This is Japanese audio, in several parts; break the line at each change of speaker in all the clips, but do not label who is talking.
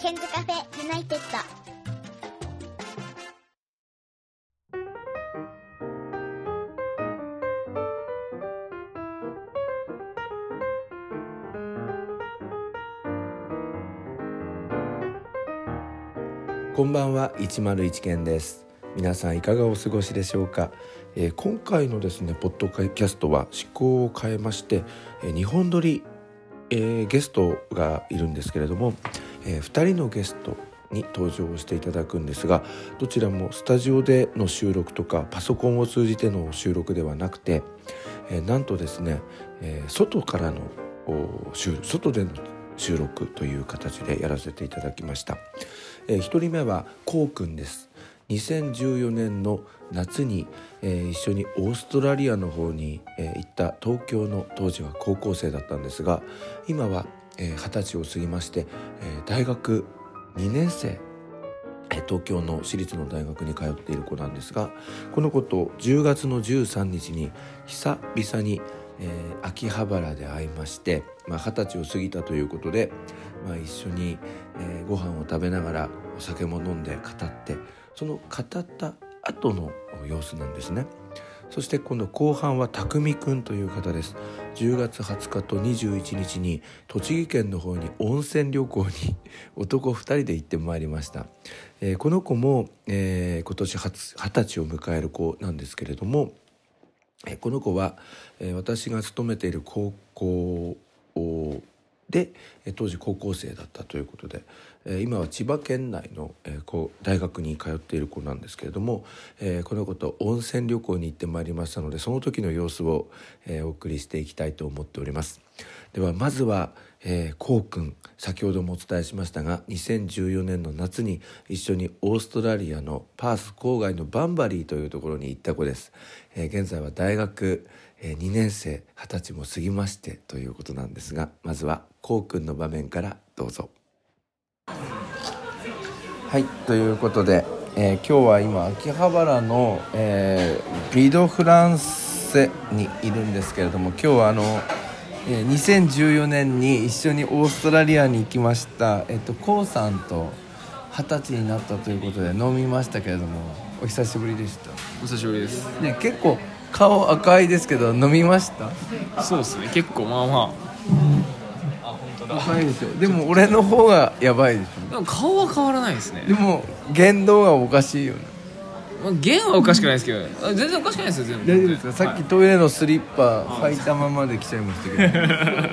ケンズカフェユナイテッド。
こんばんは101件です皆さんいかがお過ごしでしょうか、えー今回のですねポッドキャストは思考を変えまして、えー、2本撮り、えーゲストがいるんですけれども、え2人のゲストに登場していただくんですがどちらもスタジオでの収録とかパソコンを通じての収録ではなくて、えーなんとですね、えー外からのお収外での収録という形でやらせていただきました。え1人目はこうくんです2014年の夏に、えー一緒にオーストラリアの方に、えー行った東京の当時は高校生だったんですが今はえー二十、歳を過ぎまして、えー大学2年生えー東京の私立の大学に通っている子なんですがこの子と10月の13日に久々に、えー秋葉原で会いましてまあ二十、歳を過ぎたということで、まあ、一緒に、えーご飯を食べながらお酒も飲んで語ってその語った後の様子なんですね。そして今度後半はたくみくんという方です10月20日と21日に栃木県の方に温泉旅行に 男2人で行ってまいりました、えーこの子も、えー今年初20歳を迎える子なんですけれども、えーこの子は、えー私が勤めている高校をでえー当時高校生だったということで、えー今は千葉県内の、えーこう大学に通っている子なんですけれども、えーこの子と温泉旅行に行ってまいりましたのでその時の様子を、えーお送りしていきたいと思っておりますではまずは、えー、こうくん先ほどもお伝えしましたが2014年の夏に一緒にオーストラリアのパース郊外のバンバリーというところに行った子です、えー現在は大学えー2年生二十歳も過ぎましてということなんですがまずはこうくんの場面からどうぞ。はいということで、えー今日は今秋葉原の、えービドフランセにいるんですけれども今日はあの、えー2014年に一緒にオーストラリアに行きましたえっとコウさんと二十歳になったということで飲みましたけれどもお久しぶりでした。
お久しぶりです
ね結構顔赤いですけど飲みました
そうですね結構まあま
赤いでしょでも俺の方がやばいでし
あでも顔は変わらないですね
ょでも言動がおかしいよね
まあ弦はおかしくないですけどあ全然おかしくないですよ全部
大丈夫ですかさっきトイレのスリッパ履いたままで来ちゃいましたけ どいや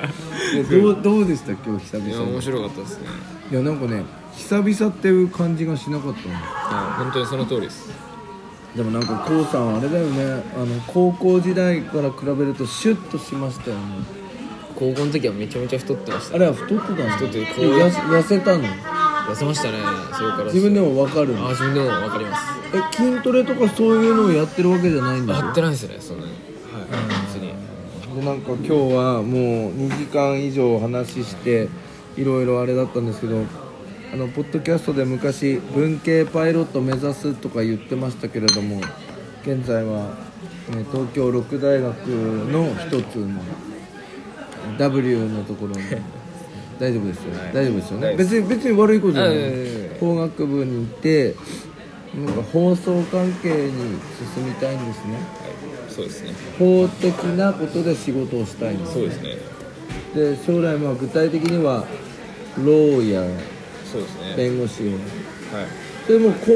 どうどうでした今日久
いや
々に
面白かったですね
いやなんかね久々っていう感じがしなかったの
はい本当にその通りです
でもなんかこうさんあれだよねあの高校時代から比べるとシュッとしましたよね
高校の時はめちゃめちゃ太ってまし
あれは太ってたの
太ってる
でやせ痩せたの
痩せましたねそれから
自分でも分かるの
あ自分でも分かります
え筋トレとかそういうのをやってるわけじゃないんだ
やっ
よ
てないですねそんなに別に
でなんか今日はもう2時間以上話していろいろあれだったんですけどあのポッドキャストで昔文系パイロット目指すとか言ってましたけれども現在は、えー東京六大学の一つの W のところに大丈夫ですよね、大丈夫ですよね別に別に悪いことじゃない
あいやいやいやいや
工学部に行ってなんか放送関係に進みたいんですね
そうですね
法的なことで仕事をしたいんです
そうですね
で将来まあ具体的にはローや
そうですね
弁護士を
はい
でも高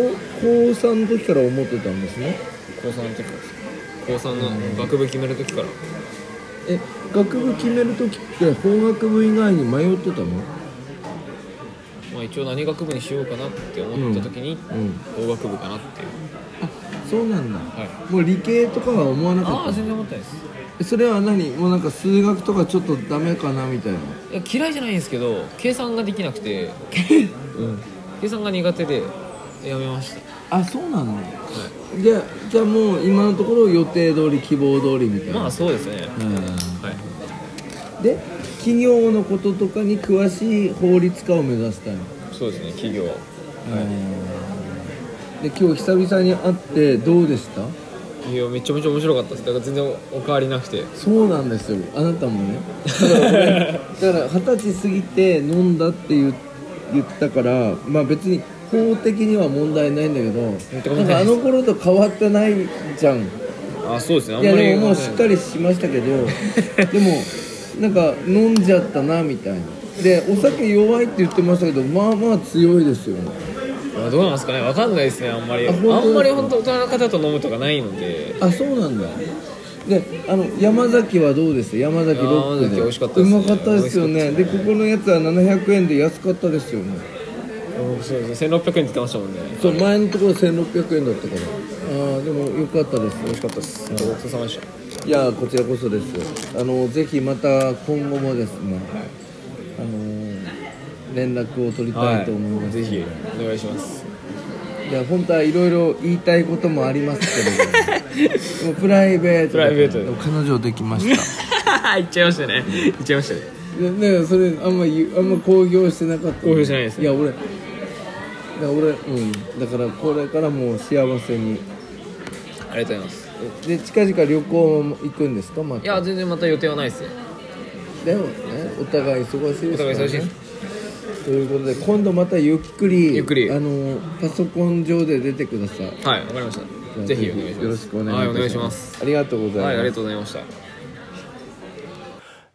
高3の時から思ってたんですね
高3の時からです高3の学部決める時から
え学部決める時って法学部以外に迷ってたの
まあ一応何学部にしようかなって思った時に
うん
法学部かなっていう
そうなんだ
はい
もう理系とかは思わな
あ
か
あ
っ
全然思ってないです
たそれは何もうなんか数学とかちょっとダメかなみたいない
や嫌いじゃないんですけど計算ができなくて、計算が苦手でやめました
あそうなのじゃあじゃあもう今のところ予定通り希望通りみたいな
まあそうですね、
うん
はい
で企業のこととかに詳しい法律家を目指したいの、
そうですね企業
で今日久々に会ってどうでした
企業めちゃめちゃ面白かったですだから全然お変わりなくて
そうなんですよ あなたもねだから俺だから二十歳過ぎて飲んだっていう言ったからまあ別に法的には問題ないんだけ
って
ど
こと
な
ない
んかあの頃と変わってないじゃん
あそうですねあん
い
ま
や
り
でももうしっかりしましたけ どでもなんか飲んじゃったなみたいなでお酒弱いって言ってましたけどまあまあ強いですよね
まあどうなんですかねわかんないですねあんまり
あ
あ
本当ですか
んまり本当大人の方と飲むとかないので
あそうなんだであの山崎はどうです山崎ロックで
山崎美味しかったですね
うまかったですよねでここのやつは700円で安かったですよね
うんそうですね1600円って言ってましたもんね
そう前のところ1600円だったからああでも良かったです
美味しかったですごちそうさまでした
いやーこちらこそですあのぜひまた今後もですねあのー連絡を取りたいと思います、
ぜひお願いし ます
いや本当はいろいろ言いたいこともありますけれど ももうプライベート
プライベートで
も彼女できました
行っちゃいましたね行っちゃいましたね
いやだからそれあんま言うあんま公表してなかった
公表してないですね
いや俺だから俺うんだからこれからもう幸せに
ありがとうございます
で近々旅行も行くんですかまた
いや全然また予定はないですね
だよねお互い忙しいで
お
すから
互
ね
い忙しいです
ということで今度またゆっくり
ゆっくり
あのパソコン上で出てください
はいわかりましたぜひお願いします
よろしくお
は
願い
い
い
お
た
願い
し
し
ま
ます
す、ありがとうございます、
はいありがとうございました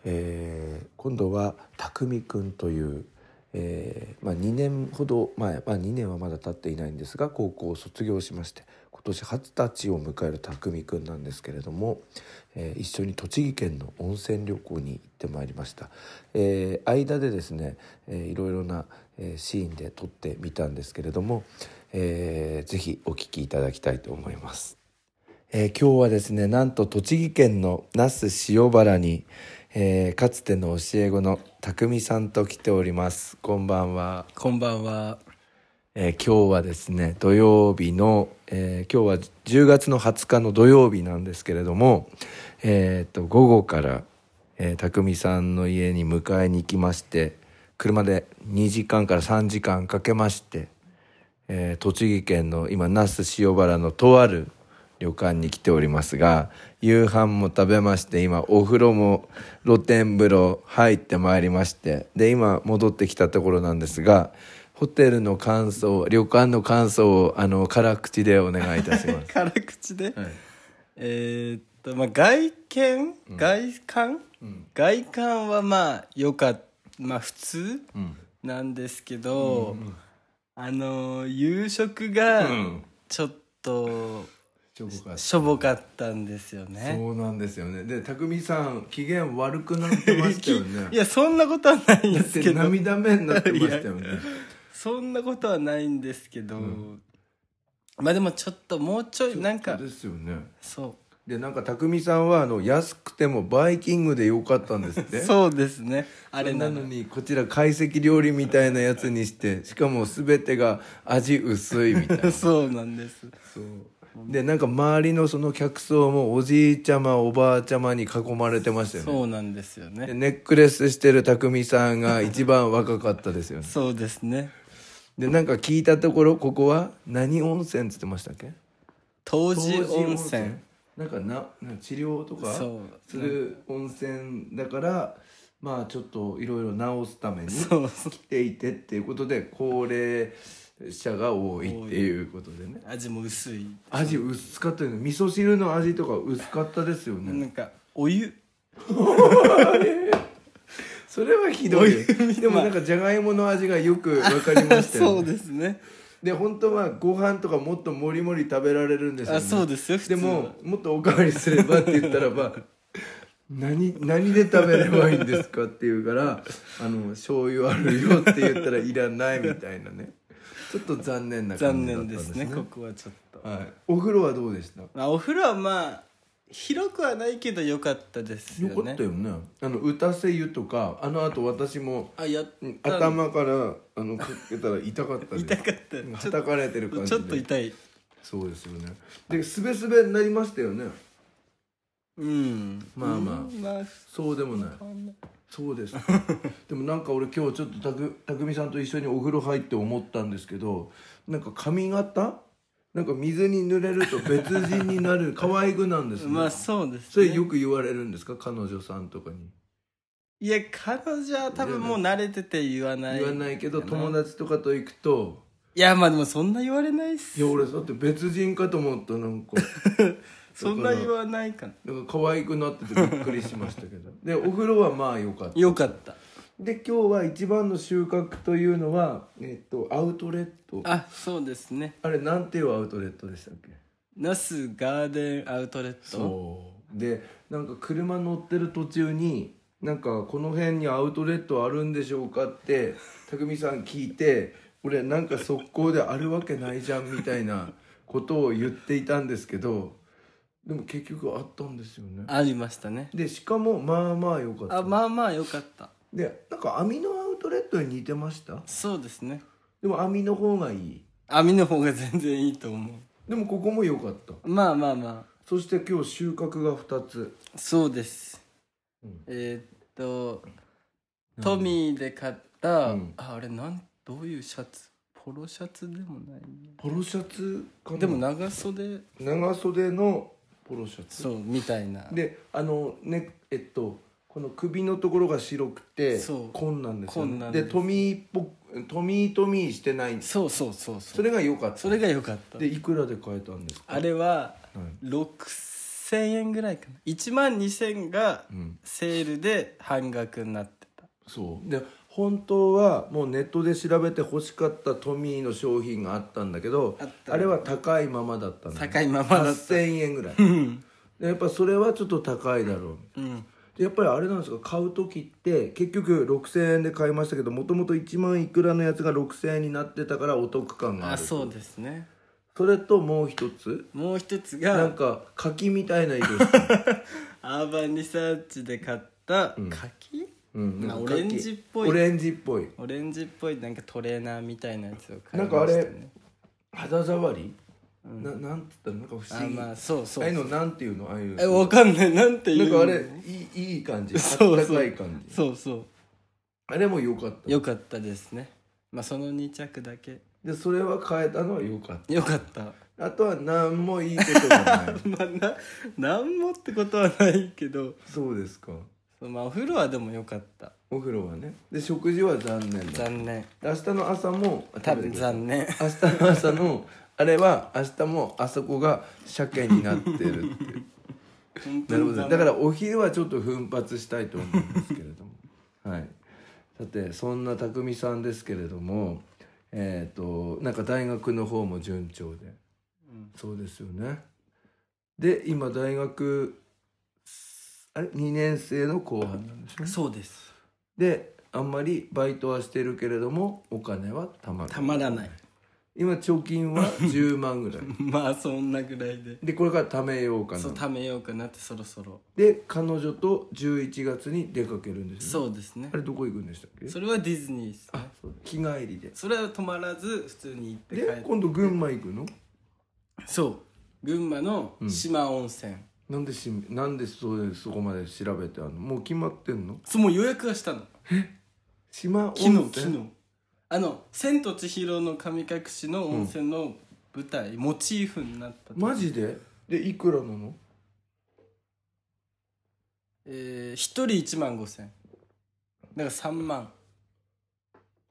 えー今度は匠くんという、えーまあ、2年ほど前、まあ、2年はまだ経っていないんですが高校を卒業しまして今年初立ちを迎える匠くんなんですけれども、えー一緒に栃木県の温泉旅行に行ってまいりました、えー間でですね、えーいろいろな、えーシーンで撮ってみたんですけれども、えーぜひお聞きいただきたいと思います。えー今日はですねなんと栃木県の那須塩原に、えーかつての教え子の匠さんと来ておりますこんばんは、
こんばんは。
えー今日はですね土曜日の、えー今日は10月の20日の土曜日なんですけれども、えー、と午後から、えー、匠さんの家に迎えに行きまして車で2時間から3時間かけまして、えー栃木県の今那須塩原のとある旅館に来ておりますが夕飯も食べまして今お風呂も露天風呂入ってまいりましてで今戻ってきたところなんですがホテルの感想旅館の感想をあの辛口でお願いいたします。
辛口で。
はい
えーっと、まあ、外見、外観、外観はまあ、良かった。まあ、普通
うん
なんですけど、あのー、夕食が
うん、
ちょっと、
しょぼかった
しょぼかったんですよね。
そうなんですよねで匠さん機嫌悪くなってましたよね
いや、そんなことはないん
だ
で
っ
す
て
けど、
涙目になってましたよね
そんなことはないんですけど、まあでもちょっともうちょい、なんか
そう、ですよね
そ
でなんか匠さんはあの安くてもバイキングで良かったんですっ
う、
て
そうですね。あ
あれ
れ
な
なの
のにこちら懐石料理みたいなやつにしてしかも全てが味薄いみたいな
そうなんです。
でなんか周りのその客層もおじいちゃまおばあちゃまに囲まれてましたよね
そうなんですよ
で
ね。
ネックレスしてる匠さんが一番若かったですよね
そうですね。
でなんか聞いたところここは何温泉っつってましたっけ
東
湯
寺温泉。
なんかななんか治療とか
そう
する温泉だからまあちょっといろいろ治すために来
そうそう。
ていてっていうことで高齢者が多いっていうことでね
味も薄い。
味薄かったよね味噌汁の味とか薄かったですよ
な
ね
んか、お湯。
それはひどいよ
お湯
でもなんかじゃがいもの味がよくわかりました
そ
よね
うですね。
で本当はご飯とかもっともりもり食べられるんですよね
あ、そうですよ。普通
で
は
も、もっとおかわりすればって言ったらば 何何で食べればいいんですかって言うから「あの醤油あるよ」って言ったらいらないみたいなねちょっと残念な感
残
じだった
念
んで
ですす
ね
ね。ここはちょっと。
はい、お風呂はどうでした
まあ、お風呂はまあ、広くはないけど、良かったですよ
よ
ね。
かったよねあの歌せ湯とかあのあと私も
あ、やっ
うん
た。
頭からあのかけたら痛かったです
痛かった
うん
ちょっと
はたかれてる感じで
ちょっと痛い。
そうですよねでスベスベになりましたよね
うん。
まあまあ
うんまあ、
そうでもないそうです でもなんか俺今日ちょっとたくたくみさんと一緒にお風呂入って思ったんですけどなんか髪型なんか水に濡れると別人にな る可愛くなんですね、
まあ、そうです、ね。
それよく言われるんですか彼女さんとかに
いや彼女は多分もう慣れてて言わない
言わないけど友達とかと行くと
いやまあでもそんな言われないっ
い
す
や俺だって別人かと思ったなん か
そんな言わないかな
なんか可愛くなっててびっくりしましたけどでお風呂はまあ良かった
よかった
で今日は一番の収穫というのはえっとアウトレットあ
あそうですね
れなんていうアウトレットでしたっけ
那須ガーデンアウトレット
そうでなんか車乗ってる途中になんかこの辺にアウトレットあるんでしょうかって匠さん聞いて俺なんか速攻であるわけないじゃんみたい なことを言っていたんですけどでも結局あったんですよね
ありましたね
でしかもまあまあ良かった
あまあまあよかった
でなんか網のアウトレットに似てました
そうですね
でも網の方がいい
網の方が全然いいと思
でもここも良かった
うまあまあま
そして今日収穫が2つ
あそうです、
うん
えーっとトミーで買った、
うん
ああれなんどういうシャツポロシャツでもないね
ポロシャツかな
でも長袖
長袖のポロシャツ
そうみたいな
であのねえっとこの首のところが白くて
そう
紺なんですよ、
紺な
ね、
ん
で
です
トミーっぽトミートミーしてないんです
そうそうそうそ
そうれが良かった
それが良かった
でいくらで買えたんですか
あれは
うん
6000円ぐらいかな1万2000が
うん
セールで半額になってた
そうで本当はもうネットで調べて欲しかったトミーの商品があったんだけど
あった
あれは高いままだったの
高いままだった
8000円ぐらい
うん
でやっぱそれはちょっと高いだろう
うん
でやっぱりあれなんですか買う時って結局6000円で買いましたけどもともと1万いくらのやつが6000円になってたからお得感がある
あそうですね
それともう一つ
もう一つ
なん
が
か柿みたいな色して る
アーバンリサーチで買った柿、
うん
まあ
なんか柿
オレンジっぽい
オレンジっぽい
オレンジっぽいなんかトレーナーみたいなやつを買
ないんかあ
ました
れ
ね
肌触り、ななんつったのなんか不
あ
思議、
まあそう
あ
そ
あいうの
う
なんていうのああいう
えわかんないなんて
な
言
ん
う
か
の
あれいいいい感じあ
そうそう
ったかい感じ
そうそ
あれも良かった
うよかったですねまあその2着だけ
でそれは買えたのは良かっ
よかった
たあとは何もいいことがない
まあな何もってことはないけど
そうですか
そうまあお風呂はでもよかった
お風呂はねで食事は残念だ
残念
明日の朝もあ
多
食べ
分
てください
残念
明日の朝のあれは明日もあそこが鮭になってるっていう
本当
なるほど
に残念
だからお昼はちょっと奮発したいと思うんですけれ どもはいさてそんな匠さんですけれどもえっ、となんか大学の方も順調で、
うん
そうですよねで今大学あれ2年生の後半なんですね
そうです
であんまりバイトはしてるけれどもお金はたまらない
たまらない
今貯金は10万 ぐらい
まあそんなぐらいで
でこれから貯めようかな
そう貯めようかなってそろそろ
で彼女と11月に出かけるんですよね
そうですね
あれどこ行くんでしたっけ
それはディズニーですね
あそう日帰りで
それは止まらず普通に行って帰
で
って
今度群馬行くの
そう群馬の島温泉、
なんでしなんでそうそこまで調べてあんのもう決まってんの
そうもう予約はしたの
島温
昨
泉
日昨日あの「千と千尋の神隠し」の温泉の舞台、モチーフになったと
マジででいくらなの
えー、1人1万5千だから3万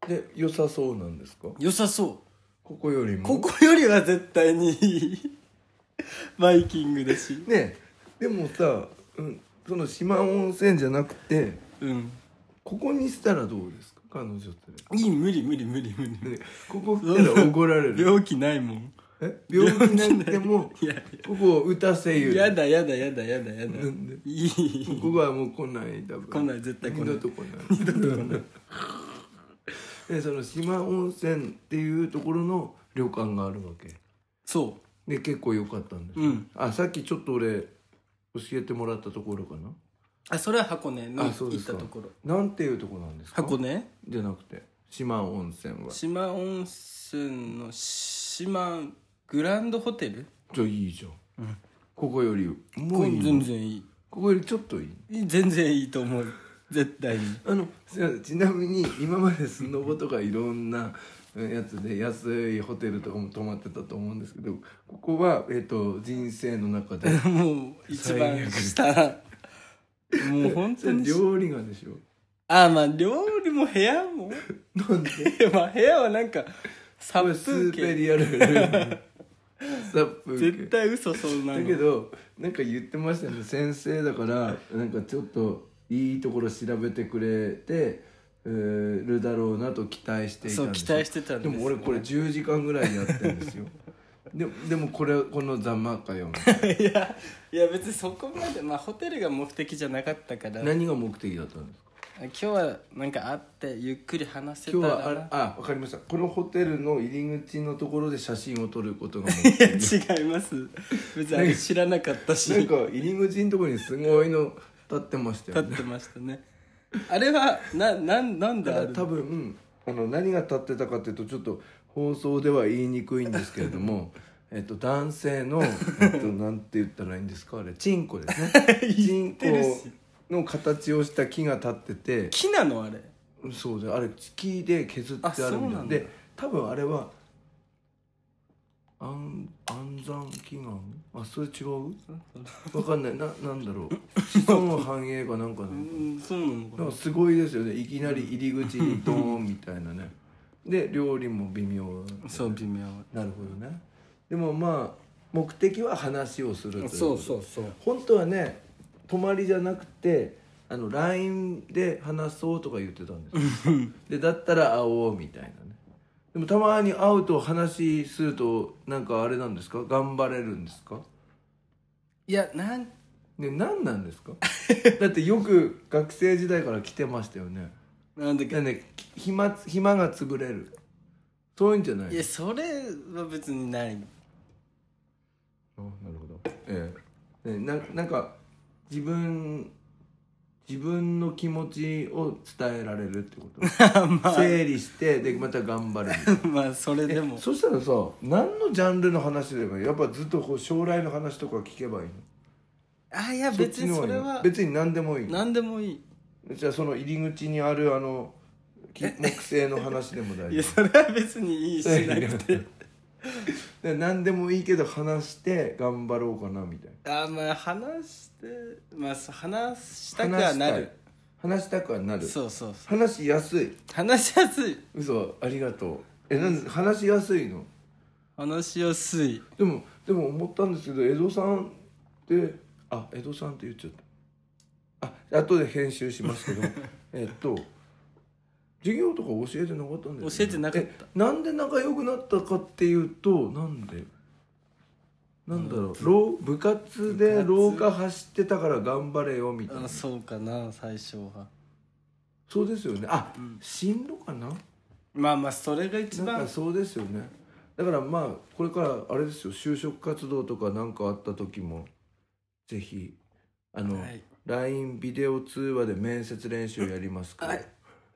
で良さそうなんですか
良さそ
ここより
う
も
ここよりは絶対にいいバイキングだし
ねでもさ、うん、その島温泉じゃなくて
うん
ここにしたらどうですか彼女って
いい無理無理無理無理無理
ここ来たら怒られる
病気ないもん
え病気になっても
いや
ここ歌せゆ
やだやだやだやだやだ
なんで
いい
ここはもう来ない多分
来ない絶対来ない
二度と来ない二度と来ないでその島温泉っていうところの旅館があるわけ
そ
で結構良かったんです
う
よ、
うん
あさっきちょっと俺教えてもらったところかな
あそれは箱根の
あそう
行
で
っ
すか
たところ
なんていうとこなんですか
箱根
じゃなくて島温泉は
島温泉の島グランドホテル
じゃあいいじゃん、ここよりもういい
全
の
然いい
ここよりちょっといい
全然いいと思う絶対に
あのすいませんちなみに今までスノボとかいろんなうんやつで安いホテルとかも泊まってたと思うんですけどここは、えっと人生の中で
もう一番下もう本当に
料理がでしょ
あーまあ料理も部屋も
なんで
まあ部屋はなんか殺
ス
風
ーペ
景
リアル殺風景
絶対嘘そんなの
だけどなんか言ってましたね先生だからなんかちょっといいところ調べてくれてえーるだろうなと期待していた
そ
ん
う
です
期待してたんです
で
よ
も俺これ10時間ぐらいやってんです よででもこれこの「ざまかよ」
いやいや別にそこまでまあホテルが目的じゃなかった から今
何が目的だったんですか
日はなんか会ってゆっくり話せた
今日
ら
はあれあ分かりましたこのホテルの入り口のところで写真を撮ることが目
いや
的
違います別にあれ知らなかったし
なん
立
か入り口のところにすごいの立ってましたよね
ってましたねあれはななんなん
だ
だ
か
あ
ら
れ
多分あの何が立ってたかっていうとちょっと放送では言いにくいんですけれど もえっと男性の、えっと、なんて言ったらいいんですかあれチンコです ねチンコ
てるし
の形をした木が立ってて
木なのあれ
そうであれ木で削ってあ
あ
る
そ
ん
う
だ
なんだ
で多分あれは安安産祈願あそれ違うわかんないななんだろう子孫の繁栄かなんかなのか
う
なん
そうなの
な
か
ん
な
かすごいですよねいきなり入り口にドーンみたいなねで料理も微妙
そう微妙
なるほどねでもまあ目的は話をするという
そうそううそう
本当はね泊まりじゃなくてあの LINE で話そうとか言ってたんですよでだったら会おうみたいなねでもたまに会うと話するとなんかあれなんですか頑張れるんですか
いやなん
ね何なんですかだってよく学生時代から来てましたよね
なんだっけ
なんでき暇つ暇が潰れるそういうんじゃない
いやそれは別にない
あなるほどええね、ななんか自分自分の気持ちを伝えられるって こと整理してでまた頑張るみたいな
まあそれで も
そしたらさ何のジャンルの話でもいいやっぱずっとこう将来の話とか聞けばいいの
あいや
そっち
別に
の
そ
方がい
れ
いの
は
別に何でもいいの
何でもいい
じゃあその入り口にあるあのき木製の話でも大 丈
い
夫
やそれは別にいいしなくて
で何でもいいけど話して頑張ろうかなみたいな
あーまあ話してまあそう話したくはなる
話したい話したくはなる
そうそうそう
話しやすい
話しやすい
嘘ありがとうえなんで話しやすいの
話しやすい
でもでも思ったんですけど江戸さんってあ江戸さんって言っちゃったあ後で編集しますけ どえっと授業とか教えてなかったんですよね
教えてなかった
えなんで仲良くなったかっていうとなんでなんだろうろう部活で廊下走ってたから頑張れよみたい
あ
な
そうかな最初は
そうですよねあ、進路かな
まあまあそれが一
なん
番
かそうですよねだからまあこれからあれですよ就職活動とか何かあった時もぜひあの、
はい
LINE ビデオ通話で面接練習やりますから、
はい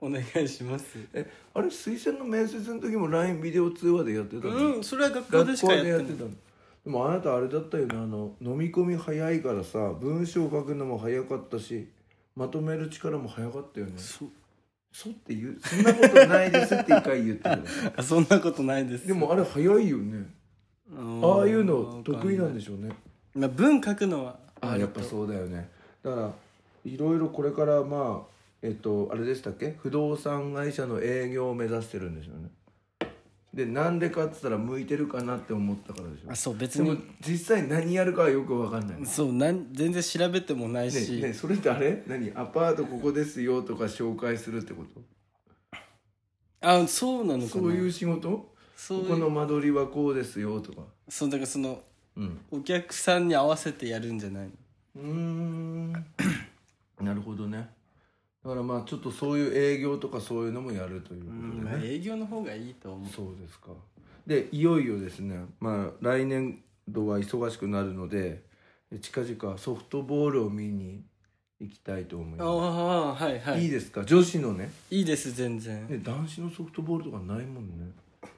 お願いします
えあれ推薦の面接の時も LINE ビデオ通話でやってたの、
うんそれは学校で
学
し
校
か
で
や
や
っ
ってて
な
た
い
のでもあなたあれだったよねあの飲み込み早いからさ文章書くのも早かったしまとめる力も早かったよね
そう
そうって言うそんなことないですって一回言ってたの
あそんなことないです
でもあれ早いよねああいうの得意なんで
し
しょうね
ょ、まあ、文書くのは
あやっぱそうだよねだからいろいろこれからまあえっとあれでしたっけ不動産会社の営業を目指してるんですよねでなんでかっつったら向いてるかなって思ったからでしょ
あそう別
でも
に
実際何やるかはよく分かんないね
そうなん全然調べてもないし、
ねそれってあれ何アパートここですよとか紹介するってこ
あそうなのか
と
な
そういう仕事
そう
こ
いう
この間取りはこうですよとか
そうだからその
うん
お客さんに合わせてやるんじゃないの
うーん なるほどねだからまあちょっとそういう営業とかそういうのもやるということで
まあ
ね、
営業の方がいいと思う
そうですかでいよいよですねまあ来年度は忙しくなるので近々ソフトボールを見に行きたいと思い
あ
ま
あはいは
すい
い
い
い
ですか女子のね
いです全然
ね男子のソフトボールとかないもんね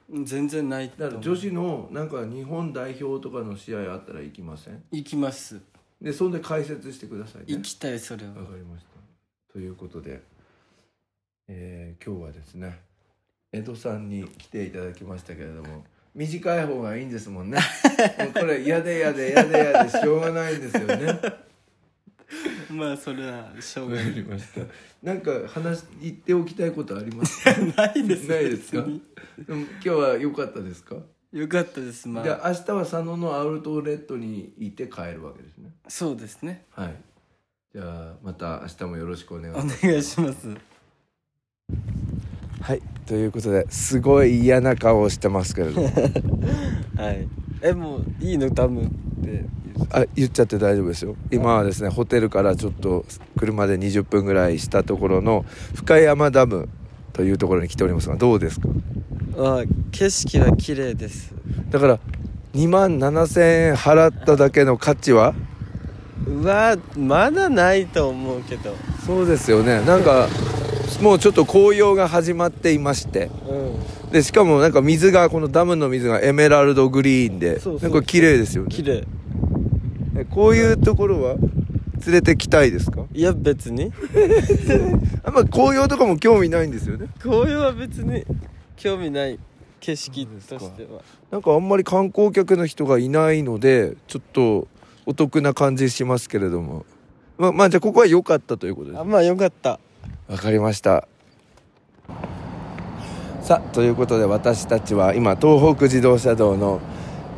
うん全然ないと
だか
思
ら
う
女子のなんか日本代表とかの試合あったら行きません
行きます
でそんで解説してくださいね
行きたいそれは
わかりました。ということで、えー今日はですね江戸さんに来ていただきましたけれども短い方がいいんですも んね。もうこれ嫌で嫌で嫌で嫌でしょうがないんですよね。
まあそれはしょう
わ
が
か
ない
りましたなんか話言っておきたいことありますか
ないです
ないですか
別に
でも今日は良かったですか
よかったですま
じゃ
あ
あ明日は佐野のアウトレットに行って帰るわけですね
そうですね
はいじゃあまた明日もよろしくお願いし
お
ます
願いします
はいということですごい嫌な顔をしてますけれども
はいえもういいのダムって
あ言っちゃって大丈夫ですよ今はですねホテルからちょっと車で20分ぐらいしたところの深山ダムというところに来ておりますがどうですか
あ景色は綺麗です
だから2万7000円払っただけの価値は
うわまだないと思うけど
そうですよねなんかもうちょっと紅葉が始まっていまして
う
でしかもなんか水がこのダムの水がエメラルドグリーンで
そうそう
なんか綺麗ですよ
ん
ね
綺麗
えこういうところは連れてきたいですか
いや別に
あんま紅葉とかも興味ないんですよね
紅葉は別に興味ない景色としては
なんかあんまり観光客の人がいないのでちょっとお得な感じしますけれどもまあまあじゃあここは良かったということです
あ
ね
まあよかった
わかりましたさあということで私たちは今東北自動車道の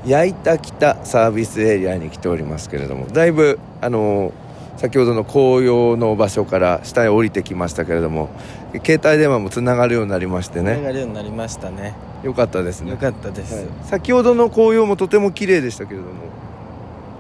八板北サービスエリアに来ておりますけれどもだいぶあの先ほどの紅葉の場所から下へ降りてきましたけれども携帯電話もつながるようになりまして
流
ね
れるようになりましたね
よかったですね
よかったです
はい先ほどの紅葉もとても綺麗でしたけれども、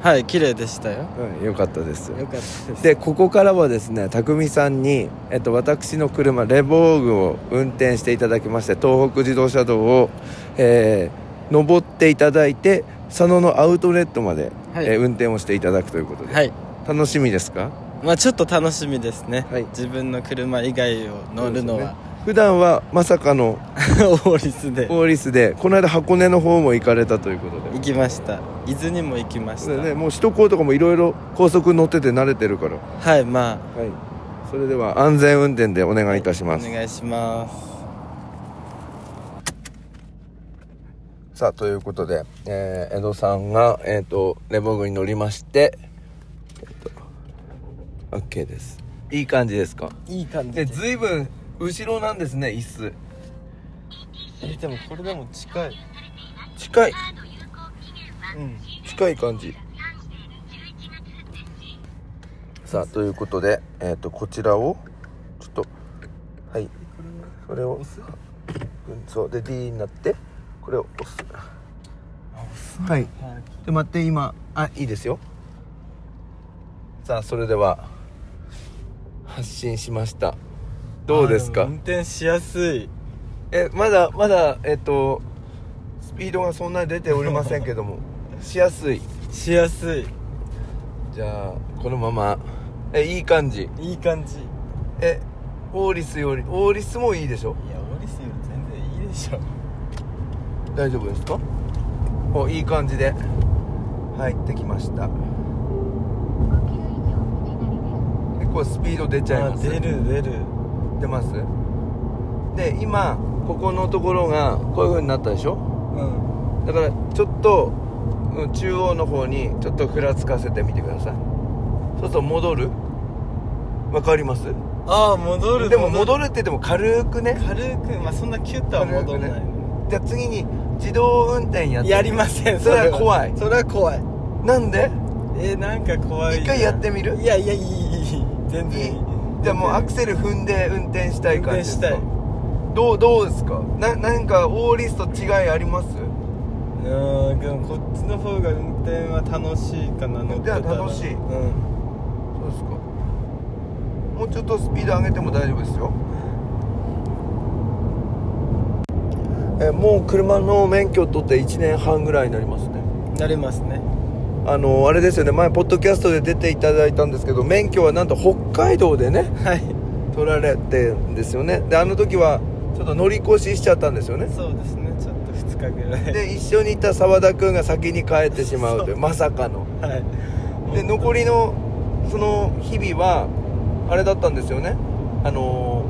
はい、綺麗でしたよ
はい、よかったです
よかったです
でここからはですね匠さんに、えっと、私の車レボーグを運転していただきまして東北自動車道を、えー登っていただいて佐野のアウトレットまで、
はい
えー運転をしていただくということで、
はい
楽しみですか
まあちょっと楽しみですね、
はい
自分の車以外を乗るのは、
普段はまさかの
オーリスで
オーリスでこの間箱根の方も行かれたということで
行きました伊豆にも行きまし
そ
た、
れでねもう首都高とかもいろいろ高速乗ってて慣れてるから、
はいま
はい、それでは安全運転でお願
あ
いいたします
お。願いします
さあということで、えー江戸さんが、えー、とレボグに乗りまして、えー、と OK ですいい感じですか
いい感じ
で
です
ずいぶん後ろなんですね椅子
えでもこれでも近い
近い
うん
近い感じさあということで、えー、とこちらをちょっとはいそれをうんそうで D になってこれを押すはい
はい
で待って今あいいですよさあそれでは発信しましたどうです
あ
か
も運転しやすい
えまだまだえっとスピードがそんなに出ておりませんけど もしやすい
しやすい
じゃあこのままえいい感じ
いい感じい
えオーリスよりオーリスもいいでしょ
やオーリスより全然いいでしょ
大丈夫ですかおいい感じで入ってきました結構スピード出ちゃいます
出る出る
出ますで今ここのところがこういう風になったでしょ
うん
だからちょっとうん中央の方にちょっとふらつかせてみてくださいそうすると戻るわかります
ああ戻る
でも戻るって言っても軽くね
軽くまあそんなキュッとは戻らない、
軽じゃあ次に自動運転やって
やりません
それは怖い
それは怖い
なんで
えー、なんか怖いな
一回やってみる
いやいやいいいいいい全
い
然い
い
い
じゃあもうアクセル踏んで運転したい感じですか
運転
どうどうですかななんかオーリスと違いあります
うーんでもこっちの方が運転は楽しいかな乗ってたら
運転は楽しい
うん
そうですかもうちょっとスピード上げても大丈夫ですよえもう車の免許取って1年半ぐらいになりますね
なりますね
あのあれですよね前ポッドキャストで出ていただいたんですけど免許はなんと北海道でね
はい
取られてんですよねであの時はちょっと乗り越ししちゃったんですよね
そうですねちょっと2日ぐらい
で一緒にいた澤田君が先に帰ってしまうというまさかの
はい
で残りのその日々はあれだったんですよねあの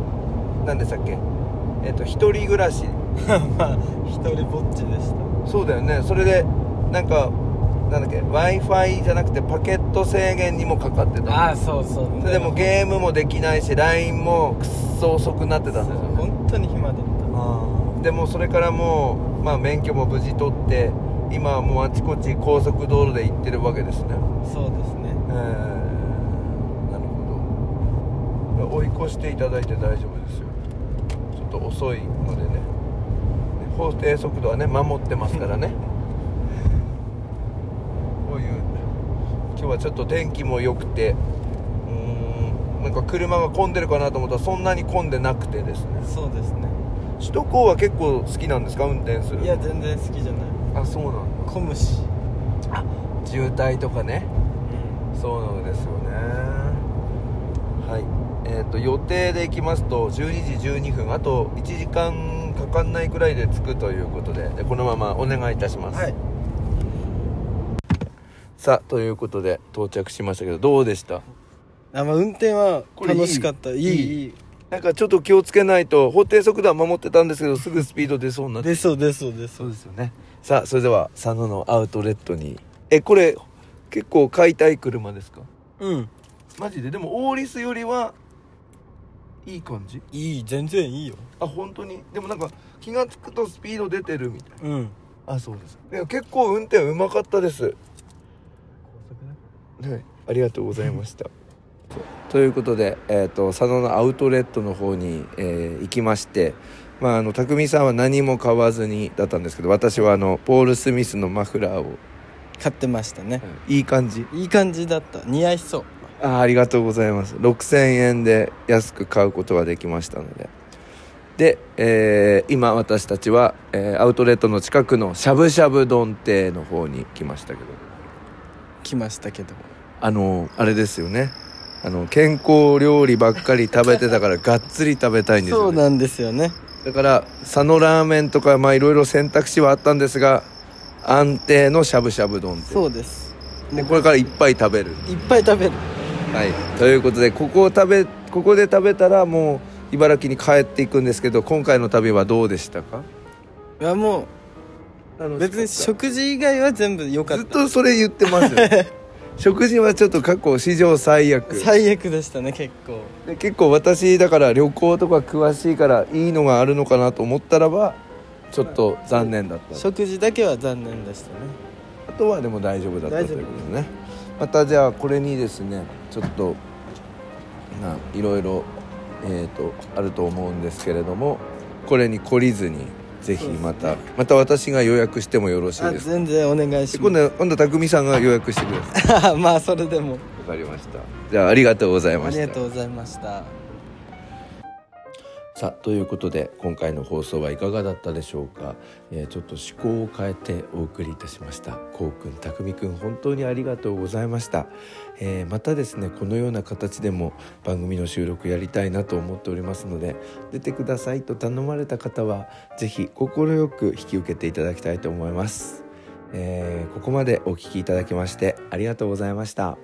ー、何でしたっけえっ、と一人暮らし
まあ一人ぼっちでした
そうだよねそれでなんかなんだっけ w i f i じゃなくてパケット制限にもかかってた
ああそうそう
ででもゲームもできないし LINE もくっそ遅くなってたんですよね
本当に暇だっ
でもそれからもう、まあ、免許も無事取って今はもうあちこち高速道路で行ってるわけですね
たそうですね
えーなるほど追い越していただいて大丈夫ですよちょっと遅いのでね法定速度はね守ってますから ねこういう今日はちょっと天気も良くてうーんなんか車が混んでるかなと思ったらそんなに混んでなくてですね
そうですね
首都高は結構好きなんですか運転する
いや全然好きじゃない
あそうなんだ
混むし、
渋滞とかねそうなんですよねはいえっ、と予定でいきますと12時12分あと1時間かかんないくらいで着くということででこのままお願いいたします、
はい
さあということで到着しましたけどどうでした
あまあ運転は
これいい
楽しかったいい
いい
いい
なんかちょっと気をつけないと法定速度は守ってたんですけどすぐスピード出そうになって
でそうですそうです
そうですよねさあそれでは佐野のアウトレットにえこれ結構買いたい車ですか
うん
マジででもオーリスよりはいい感じ
いい全然いいよ
あ本当にでもなんか気が付くとスピード出てるみたい
うん
なあそうですでも結構運転うまかったですはいありがとうございました ということで、えー、と佐野のアウトレットの方に、えー行きましてまああの匠さんは何も買わずにだったんですけど私はあのポール・スミスのマフラーを
買ってましたね
いい感じ
いい感じだった似合いそう
あーありがとうございます6000円で安く買うことができましたのでで、えー今私たちは、えーアウトレットの近くのしゃぶしゃぶ丼亭の方に来ましたけど
来ましたけど
あのあれですよねあの健康料理ばっかり食べてた からがっつり食べたいんです
そ
よ、
う
ね、
なんですよね
だから佐野ラーメンとかまあいろいろ選択肢はあったんですが安定のしゃぶしゃぶ丼亭
そうです
でこれからいっぱい食べる
いっぱい食べる
はい、ということでここを食べここで食べたらもう茨城に帰っていくんですけど今回の旅はどうでしたか
いやもう別に
ず
食事以外は全部良かっ
ったとそれ言ってますよ ね食事はちょっと過去史上最悪
最悪でしたね結構
で結構私だから旅行とか詳しいからいいのがあるのかなと思ったらばちょっと残念だった
食事だけは残念でしたね
あとはでも大丈夫だった
大
と
丈
い
夫
うことでねまたじゃあこれにですねちょっとないろいろえー、とあると思うんですけれどもこれに懲りずにぜひまた、また私が予約してもよろしい
あ
ですか
全然お願いし
今
ま
度今度匠さんが予約してください
す まあそれでも
わかりましたじゃあありがとうござい
あ
ま
り
し
が
た
とうございました
さあということで今回の放送はいかがだったでしょうか、えーちょっと趣向を変えてお送りいたしましたこうくんたくみくん本当にありがとうございました、えーまたですねこのような形でも番組の収録やりたいなと思っておりますので出てくださいと頼まれた方はぜひ快く引き受けていただきたいと思います、えーここまでお聞きいただきましてありがとうございました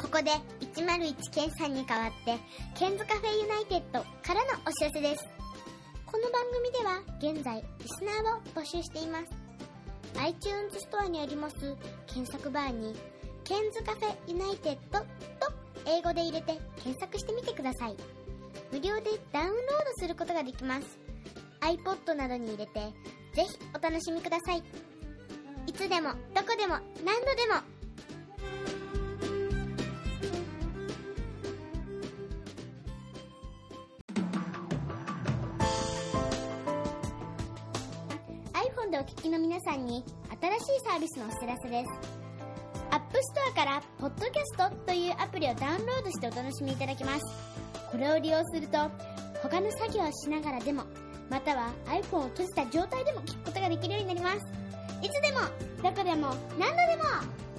ここで101ケンさんに代わってケンズカフェユナイテッドからのお知らせですこの番組では現在リスナーを募集しています iTunes ストアにあります検索バーに「ケンズカフェユナイテッド」と英語で入れて検索してみてください無料でダウンロードすることができます iPod などに入れてぜひお楽しみくださいいつでもどこでも何度でもiPhone でお聞きの皆さんに新しいサービスのお知らせです App Store から「Podcast」というアプリをダウンロードしてお楽しみいただけますこれを利用すると他の作業をしながらでもまたは iPhone を閉じた状態でも聞くことができるようになりますいつでもどこでも何度でも